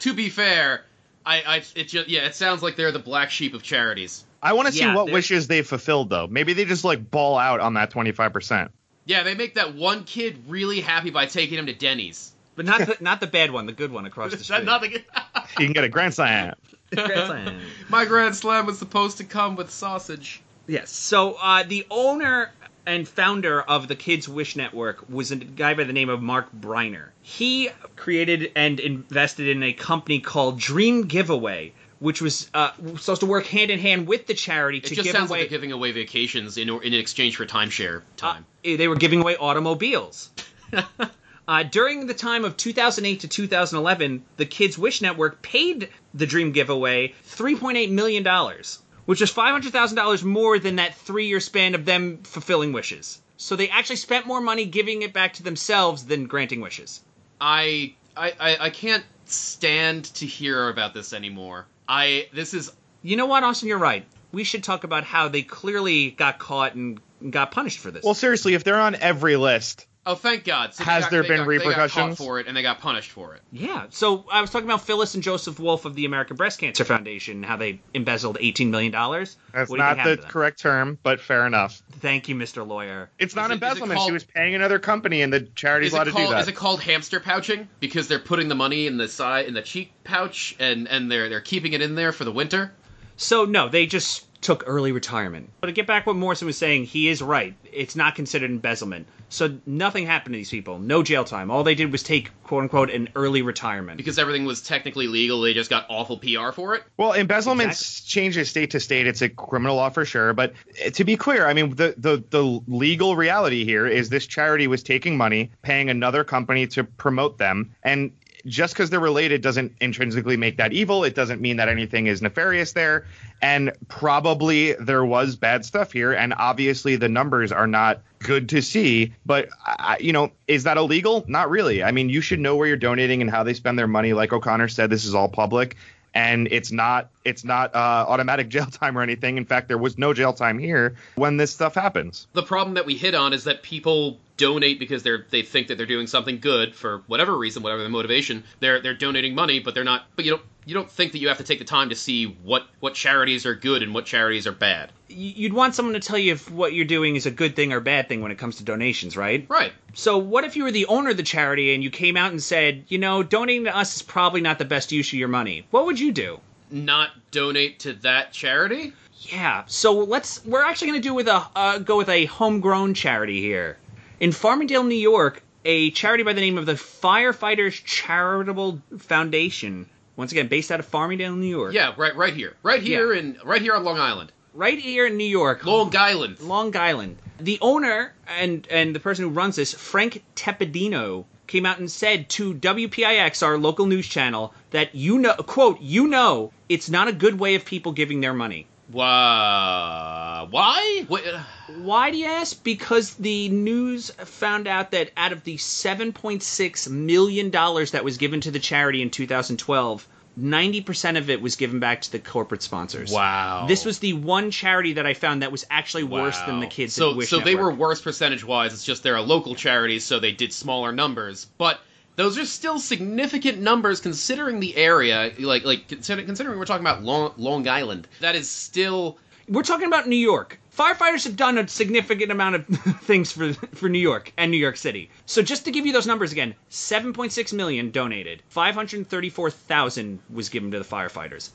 Speaker 2: To be fair, I, I it just yeah, it sounds like they're the black sheep of charities.
Speaker 1: I want to see
Speaker 3: Yeah,
Speaker 1: what
Speaker 3: they're-
Speaker 1: wishes they've fulfilled, though. Maybe they just like ball out on that twenty five percent.
Speaker 2: Yeah, they make that one kid really happy by taking him to Denny's.
Speaker 3: but not the, not the bad one, the good one across the
Speaker 2: Is
Speaker 3: street.
Speaker 2: that not the-
Speaker 1: You can get a grand slam.
Speaker 2: My grand slam was supposed to come with sausage.
Speaker 3: Yes. So uh, the owner and founder of the Kids Wish Network was a guy by the name of Mark Briner. He created and invested in a company called Dream Giveaway, which was uh, supposed to work hand in hand with the charity
Speaker 2: It
Speaker 3: to
Speaker 2: just
Speaker 3: give
Speaker 2: sounds
Speaker 3: away.
Speaker 2: like they're giving away vacations in or in exchange for timeshare time.
Speaker 3: Uh, they were giving away automobiles. uh, during the time of 2008 to 2011, the Kids Wish Network paid the Dream Giveaway 3.8 million dollars, which was 500 thousand dollars more than that three-year span of them fulfilling wishes. So they actually spent more money giving it back to themselves than granting wishes.
Speaker 2: I, I I I can't stand to hear about this anymore. I this is
Speaker 3: You know what, Austin? You're right. We should talk about how they clearly got caught and got punished for this.
Speaker 1: Well, seriously, if they're on every list,
Speaker 2: oh thank God. So they
Speaker 1: Has
Speaker 2: got-
Speaker 1: there
Speaker 2: they
Speaker 1: been
Speaker 2: got- They got caught
Speaker 1: repercussions?
Speaker 2: for it and they got punished for it.
Speaker 3: Yeah. So I was talking about Phyllis and Joseph Wolf of the American Breast Cancer Foundation, and how they embezzled $18 million.
Speaker 1: that's
Speaker 3: What do you think
Speaker 1: not
Speaker 3: happened
Speaker 1: the
Speaker 3: to them?
Speaker 1: correct term, but fair enough.
Speaker 3: Thank you, Mr. Lawyer.
Speaker 1: It's
Speaker 2: it-
Speaker 1: not
Speaker 2: is it
Speaker 1: embezzlement.
Speaker 2: called-
Speaker 1: she was paying another company, and the charity's
Speaker 2: Is it,
Speaker 1: allowed
Speaker 2: called,
Speaker 1: to do that.
Speaker 2: is it called hamster pouching because they're putting the money in the side in the cheek pouch and and they're they're keeping it in there for the winter?
Speaker 3: So, no, they just took early retirement. But to get back what Morrison was saying, he is right. It's not considered embezzlement. So nothing happened to these people. No jail time. All they did was take, quote unquote, an early retirement.
Speaker 2: Because everything was technically legal, they just got awful PR for it.
Speaker 1: Well, embezzlement changes state to state. It's a criminal law for sure. But eh, to be clear, I mean, the, the, the legal reality here is this charity was taking money, paying another company to promote them. And just because they're related doesn't intrinsically make that evil. It doesn't mean that anything is nefarious there. And probably there was bad stuff here. And obviously the numbers are not good to see. But, I, I- you know, is that illegal? Not really. I mean, you should know where you're donating and how they spend their money. Like O'Connor said, this is all public and it's not it's not uh, automatic jail time or anything. In fact, there was no jail time here when this stuff happens.
Speaker 2: the problem that we hit on is that people donate because they're they think that they're doing something good for whatever reason, whatever the motivation. They're they're donating money, but they're not. But you don't you don't think that you have to take the time to see what what charities are good and what charities are bad,
Speaker 3: Y- You'd want someone to tell you if what you're doing is a good thing or bad thing when it comes to donations, right?
Speaker 2: right?
Speaker 3: So, what if you were the owner of the charity and you came out and said, you know, donating to us is probably not the best use of your money? What would you do?
Speaker 2: Not donate to that charity.
Speaker 3: Yeah. So let's. We're actually going to do with a uh, go with a homegrown charity here in Farmingdale, New York. A charity by the name of the Firefighters Charitable Foundation. Once again, based out of Farmingdale, New York.
Speaker 2: Yeah, right right here, right here
Speaker 3: Yeah.
Speaker 2: in right here on Long Island,
Speaker 3: Right here in New York.
Speaker 2: Long Island.
Speaker 3: Long Island. The owner and and the person who runs this, Frank Tepidino, came out and said to WPIX, our local news channel, that you know, quote, you know, it's not a good way of people giving their money.
Speaker 2: Why? Why? What?
Speaker 3: Why do you ask? Because the news found out that out of the 7.6 million dollars that was given to the charity in 2012, 90% of it was given back to the corporate sponsors.
Speaker 2: Wow.
Speaker 3: This was the one charity that I found that was actually worse
Speaker 2: Wow.
Speaker 3: than the kids
Speaker 2: So,
Speaker 3: at Wish
Speaker 2: so they were
Speaker 3: Network.
Speaker 2: worse percentage wise. It's just they're a local charity, so they did smaller numbers. But those are still significant numbers considering the area. Like, like consider- considering we're talking about Long, Long Island, that is still
Speaker 3: We're talking about New York. Firefighters have done a significant amount of things for for New York and New York City. So just to give you those numbers again, 7.6 million donated. 534,000 was given to the firefighters.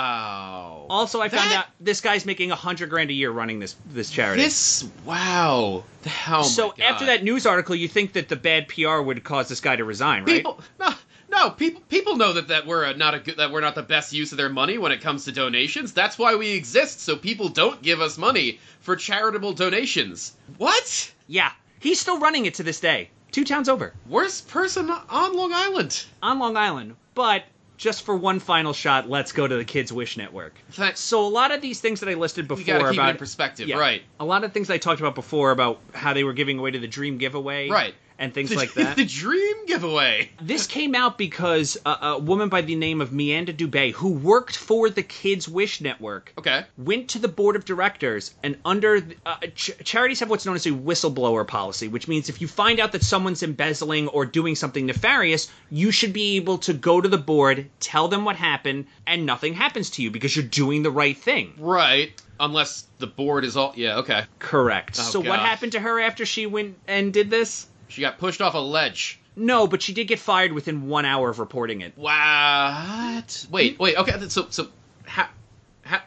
Speaker 2: wow.
Speaker 3: Also, I found
Speaker 2: That-
Speaker 3: out this guy's making 100 grand a year running this this charity.
Speaker 2: This wow. Oh my
Speaker 3: so after
Speaker 2: God.
Speaker 3: that news article, you think that the bad PR would cause this guy to resign, right?
Speaker 2: people no, no people people know that that we're uh, not a good that we're not the best use of their money when it comes to donations. That's why we exist so people don't give us money for charitable donations. What?
Speaker 3: Yeah. He's still running it to this day. Two towns over.
Speaker 2: Worst person on Long Island.
Speaker 3: on Long Island, but just for one final shot, let's go to the Kids Wish Network.
Speaker 2: That's
Speaker 3: So a lot of these things that I listed
Speaker 2: we
Speaker 3: before
Speaker 2: gotta keep it in
Speaker 3: about
Speaker 2: perspective,
Speaker 3: yeah,
Speaker 2: right?
Speaker 3: A lot of things I talked about before about how they were giving away to the Dream giveaway,
Speaker 2: Right.
Speaker 3: and things
Speaker 2: The-
Speaker 3: like that.
Speaker 2: the dream giveaway.
Speaker 3: this came out because a, a woman by the name of Meanda Dubé, who worked for the Kids Wish Network,
Speaker 2: Okay.
Speaker 3: went to the board of directors and under the- uh, ch- charities have what's known as a whistleblower policy which means if you find out that someone's embezzling or doing something nefarious you should be able to go to the board tell them what happened and nothing happens to you because you're doing the right thing
Speaker 2: Right. Unless the board is all yeah, okay.
Speaker 3: correct
Speaker 2: Oh,
Speaker 3: so what
Speaker 2: gosh.
Speaker 3: happened to her after she went and did this
Speaker 2: She got pushed off a ledge.
Speaker 3: no but she did get fired within one hour of reporting it
Speaker 2: What? Wait, wait, okay, so so how how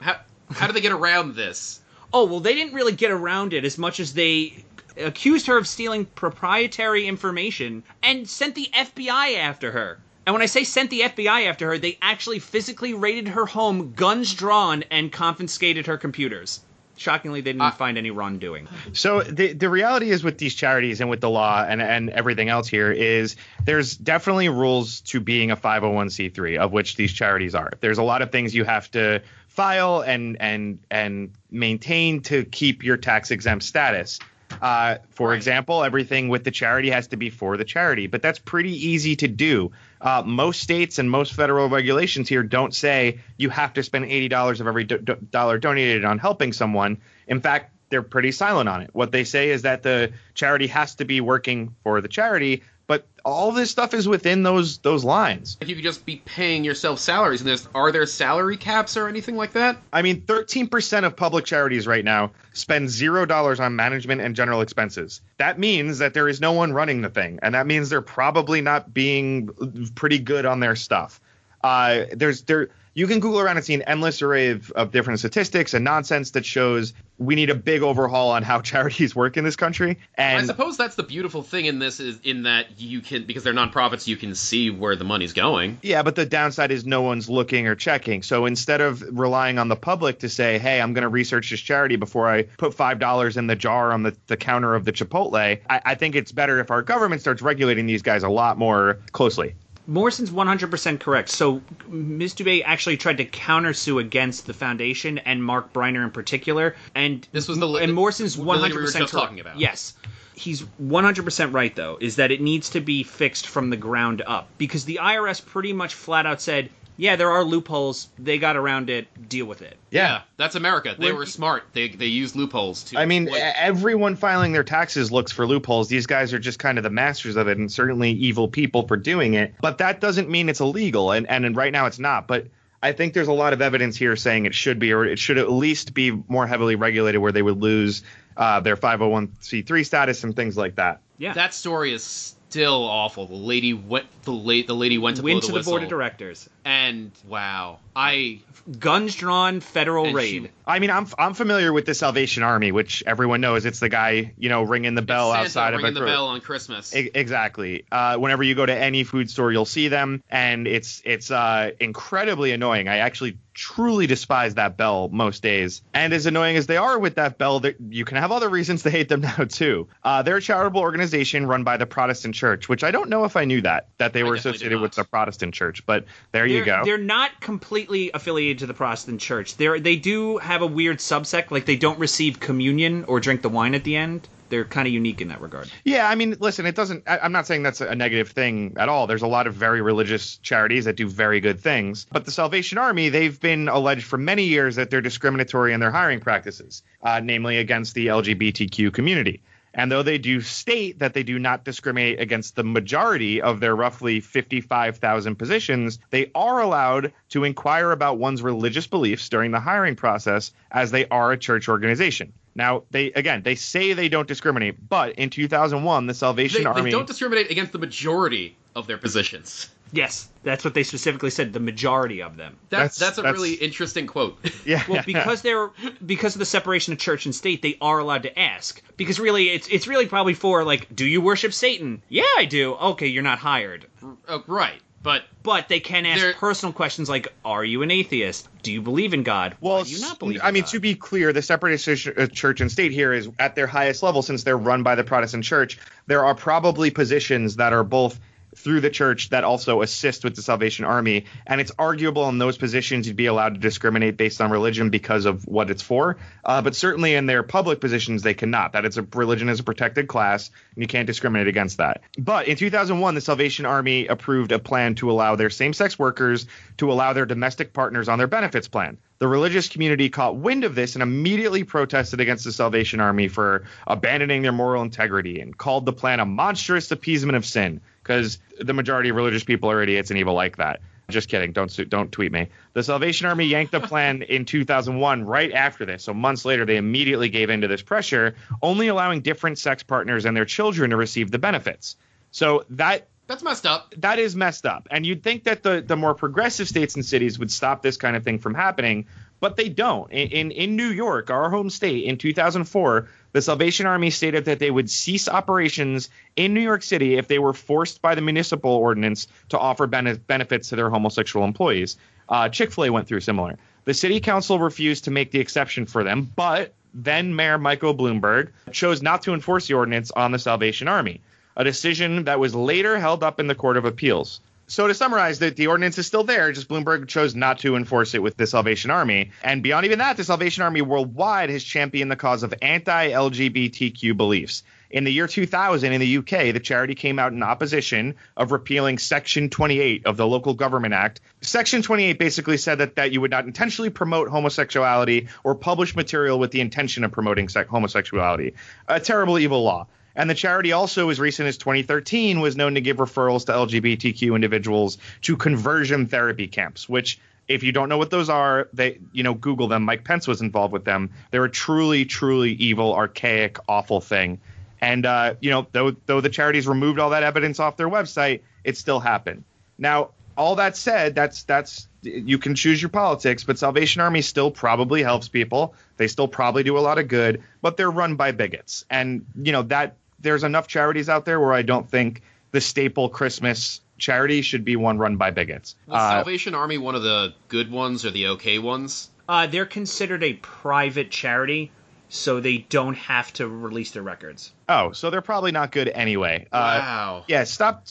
Speaker 2: how, how do they get around this?
Speaker 3: Oh, well, they didn't really get around it as much as they accused her of stealing proprietary information and sent the FBI after her. And when I say sent the FBI after her, they actually physically raided her home, guns drawn, and confiscated her computers. Shockingly, they didn't find any wrongdoing.
Speaker 1: So the the reality is with these charities and with the law and and everything else here is there's definitely rules to being a 501c3 of which these charities are. There's a lot of things you have to file and and and maintain to keep your tax exempt status. Uh, for example, everything with the charity has to be for the charity, but that's pretty easy to do. Uh, most states and most federal regulations here don't say you have to spend eighty dollars of every do- do- dollar donated on helping someone. In fact, they're pretty silent on it. What they say is that the charity has to be working for the charity, but all this stuff is within those those lines.
Speaker 2: Like you could just be paying yourself salaries, and there's are there salary caps or anything like that?
Speaker 1: I mean, 13% of public charities right now spend $0 on management and general expenses. That means that there is no one running the thing, and that means they're probably not being pretty good on their stuff. Uh, there's there you can Google around and see an endless array of, of different statistics and nonsense that shows we need a big overhaul on how charities work in this country.
Speaker 2: I
Speaker 1: And
Speaker 2: suppose that's the beautiful thing in this is in that you can because they're nonprofits, you can see where the money's going.
Speaker 1: Yeah, but the downside is no one's looking or checking. So instead of relying on the public to say, hey, I'm going to research this charity before I put $5 in the jar on the, the counter of the Chipotle, I, I think it's better if our government starts regulating these guys a lot more closely.
Speaker 3: Morrison's 100% correct. So Ms. Dubé actually tried to countersue against the foundation and Mark Briner in particular. And
Speaker 2: This was the li-
Speaker 3: and Morrison's
Speaker 2: the
Speaker 3: 100%
Speaker 2: lady we were just
Speaker 3: correct.
Speaker 2: talking about.
Speaker 3: Yes. He's 100% right though is that it needs to be fixed from the ground up because the IRS pretty much flat out said, "Yeah, there are loopholes. They got around it. Deal with it."
Speaker 2: Yeah, that's America. They were smart. They they used loopholes to.
Speaker 1: I mean, e-
Speaker 2: exploit-
Speaker 1: everyone filing their taxes looks for loopholes. These guys are just kind of the masters of it, and certainly evil people for doing it. But that doesn't mean it's illegal, and and, and right now it's not. But I think there's a lot of evidence here saying it should be, or it should at least be more heavily regulated, where they would lose uh, their 501c3 status and things like that.
Speaker 3: Yeah.
Speaker 2: that story is still awful. The lady went. The late the lady went to blow
Speaker 3: went to the
Speaker 2: whistle,
Speaker 3: board of directors.
Speaker 2: and wow, I
Speaker 3: Guns drawn, federal
Speaker 2: and she-
Speaker 3: raid.
Speaker 1: I mean, I'm I'm familiar with the Salvation Army, which everyone knows. It's the guy, you know, ringing the bell
Speaker 2: Santa
Speaker 1: outside of a
Speaker 2: ringing the
Speaker 1: gro-
Speaker 2: bell on Christmas.
Speaker 1: E- Exactly. Uh, whenever you go to any food store, you'll see them, and it's it's uh, incredibly annoying. I actually truly despise that bell most days. And as annoying as they are with that bell, there- you can have other reasons to hate them now too. Uh, they're a charitable organization run by the Protestant Church, which I don't know if I knew that that they were
Speaker 2: definitely did
Speaker 1: associated with
Speaker 2: not.
Speaker 1: the Protestant Church, but there you
Speaker 3: they're-
Speaker 1: go.
Speaker 3: They're not completely affiliated to the Protestant Church. They they do have a weird subsect, like they don't receive communion or drink the wine at the end. They're kind of unique in that regard.
Speaker 1: Yeah, I mean, listen, it doesn't. I, I'm not saying that's a negative thing at all. There's a lot of very religious charities that do very good things, but the Salvation Army, they've been alleged for many years that they're discriminatory in their hiring practices, uh, namely against the LGBTQ community. And though they do state that they do not discriminate against the majority of their roughly 55,000 positions, they are allowed to inquire about one's religious beliefs during the hiring process as they are a church organization. Now, they again, they say they don't discriminate, but in 2001, the Salvation
Speaker 2: They,
Speaker 1: Army
Speaker 2: they don't discriminate against the majority of their positions.
Speaker 3: Yes, that's what they specifically said. The majority of them.
Speaker 2: That's
Speaker 1: That's-
Speaker 2: that's, a
Speaker 1: that's-
Speaker 2: really interesting quote.
Speaker 1: yeah,
Speaker 3: Well, because they're because of the separation of church and state, they are allowed to ask. Because really, it's it's really probably for like, do you worship Satan? Yeah, I do. Okay, you're not hired.
Speaker 2: Uh, right, but
Speaker 3: But they can ask
Speaker 2: They're-
Speaker 3: personal questions like, are you an atheist? Do you believe in God? Why
Speaker 1: Well,
Speaker 3: do you
Speaker 1: s-
Speaker 3: not believe.
Speaker 1: I
Speaker 3: in
Speaker 1: mean,
Speaker 3: God?
Speaker 1: to be clear, the separatist uh, church and state here is at their highest level since they're run by the Protestant church. There are probably positions that are both through the church that also assist with the Salvation Army, and it's arguable in those positions you'd be allowed to discriminate based on religion because of what it's for. Uh, but certainly in their public positions, they cannot. That it's a religion is a protected class, and you can't discriminate against that. But in 2001, the Salvation Army approved a plan to allow their same-sex workers to allow their domestic partners on their benefits plan. The religious community caught wind of this and immediately protested against the Salvation Army for abandoning their moral integrity and called the plan a monstrous appeasement of sin because the majority of religious people are idiots and evil like that. Just kidding. Don't su- don't tweet me. The Salvation Army yanked the plan in 2001, right after this. So months later, they immediately gave in to this pressure, only allowing different sex partners and their children to receive the benefits. So that
Speaker 2: that's messed up.
Speaker 1: that is messed up. And you'd think that the the more progressive states and cities would stop this kind of thing from happening, but they don't. In in, in New York, our home state, in 2004, the Salvation Army stated that they would cease operations in New York City if they were forced by the municipal ordinance to offer bene- benefits to their homosexual employees. Uh, Chick fil A went through similar. The city council refused to make the exception for them, but then Mayor Michael Bloomberg chose not to enforce the ordinance on the Salvation Army a decision that was later held up in the Court of Appeals. So to summarize, that the ordinance is still there, just Bloomberg chose not to enforce it with the Salvation Army. And beyond even that, the Salvation Army worldwide has championed the cause of anti-LGBTQ beliefs. In the year 2000 in the UK, the charity came out in opposition of repealing Section 28 of the Local Government Act. Section 28 basically said that, that you would not intentionally promote homosexuality or publish material with the intention of promoting sec- homosexuality. A terrible evil law. And the charity also, as recent as 2013, was known to give referrals to LGBTQ individuals to conversion therapy camps, which if you don't know what those are, they you know Google them. Mike Pence was involved with them. They're a truly, truly evil, archaic, awful thing. And uh, you know, though though the charities removed all that evidence off their website, it still happened. Now, all that said, that's that's you can choose your politics, but Salvation Army still probably helps people. They still probably do a lot of good, but they're run by bigots. And you know that there's enough charities out there where I don't think the staple Christmas charity should be one run by bigots.
Speaker 2: Was
Speaker 1: Uh,
Speaker 2: Salvation Army one of the good ones or the okay ones?
Speaker 3: Uh, they're considered a private charity, so they don't have to release their records.
Speaker 1: oh, so they're probably not good anyway. Uh,
Speaker 2: wow.
Speaker 1: Yeah, stop.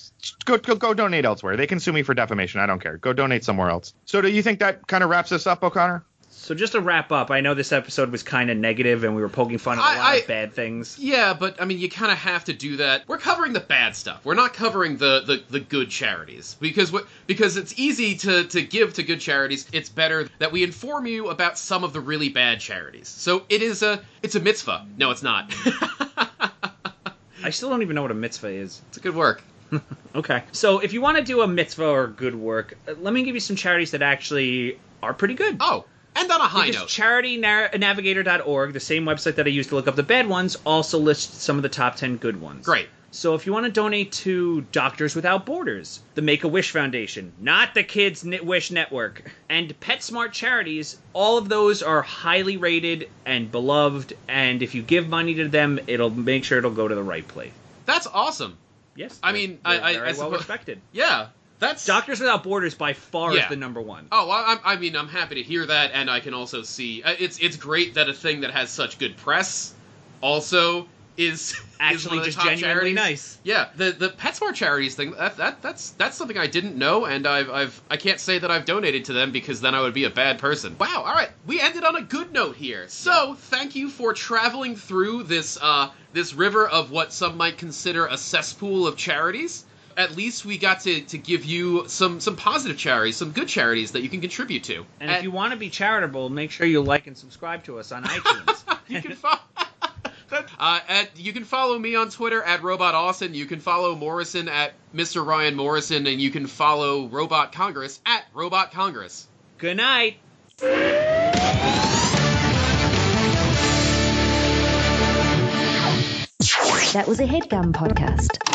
Speaker 1: Go, go go donate elsewhere. They can sue me for defamation. I don't care. Go donate somewhere else. So, do you think that kind of wraps us up, O'Connor?
Speaker 3: So just to wrap up, I know this episode was kind of negative, and we were poking fun at a
Speaker 2: I-
Speaker 3: lot
Speaker 2: I-
Speaker 3: of bad things.
Speaker 2: Yeah, but I mean, you kind of have to do that. We're covering the bad stuff. We're not covering the, the, the good charities because what because it's easy to to give to good charities. It's better that we inform you about some of the really bad charities. So it is a it's a mitzvah. No, it's not.
Speaker 3: I still don't even know what a mitzvah is.
Speaker 2: it's a good work.
Speaker 3: Okay. So if you want to do a mitzvah or good work, uh, let me give you some charities that actually are pretty good.
Speaker 2: Oh, and on a high
Speaker 3: Because
Speaker 2: note.
Speaker 3: charitynavigator.org, the same website that I used to look up the bad ones, also lists some of the top 10 good ones.
Speaker 2: Great.
Speaker 3: So if you want to donate to Doctors Without Borders, the Make a Wish Foundation, not the Kids Knit Wish Network, and PetSmart Charities, all of those are highly rated and beloved. And if you give money to them, it'll make sure it'll go to the right place.
Speaker 2: That's awesome.
Speaker 3: Yes.
Speaker 2: I
Speaker 3: they're-
Speaker 2: mean, I-
Speaker 3: they're
Speaker 2: I-
Speaker 3: very
Speaker 2: I
Speaker 3: well
Speaker 2: suppose-
Speaker 3: respected.
Speaker 2: Yeah, that's
Speaker 3: Doctors Without Borders by far
Speaker 2: Yeah.
Speaker 3: is the number one.
Speaker 2: Oh, well, I, I mean, I'm happy to hear that, and I can also see uh, it's it's great that a thing that has such good press also is is one
Speaker 3: Actually,
Speaker 2: of the
Speaker 3: just
Speaker 2: top
Speaker 3: genuinely nice.
Speaker 2: charities. Yeah, the the PetSmart charities thing that, that that's that's something I didn't know, and I've I've I can't say that I've donated to them because then I would be a bad person. Wow, all right, we ended on a good note here. So thank you for traveling through this uh this river of what some might consider a cesspool of charities. At least we got to, to give you some some positive charities, some good charities that you can contribute to.
Speaker 3: And if you want to be charitable, make sure you like and subscribe to us on iTunes.
Speaker 2: you can follow. Uh, at, you can follow me on Twitter at Robot Austin. You can follow Morrison at Mr. Ryan Morrison, and you can follow Robot Congress at Robot Congress.
Speaker 3: Good night.
Speaker 5: That was a headgum podcast.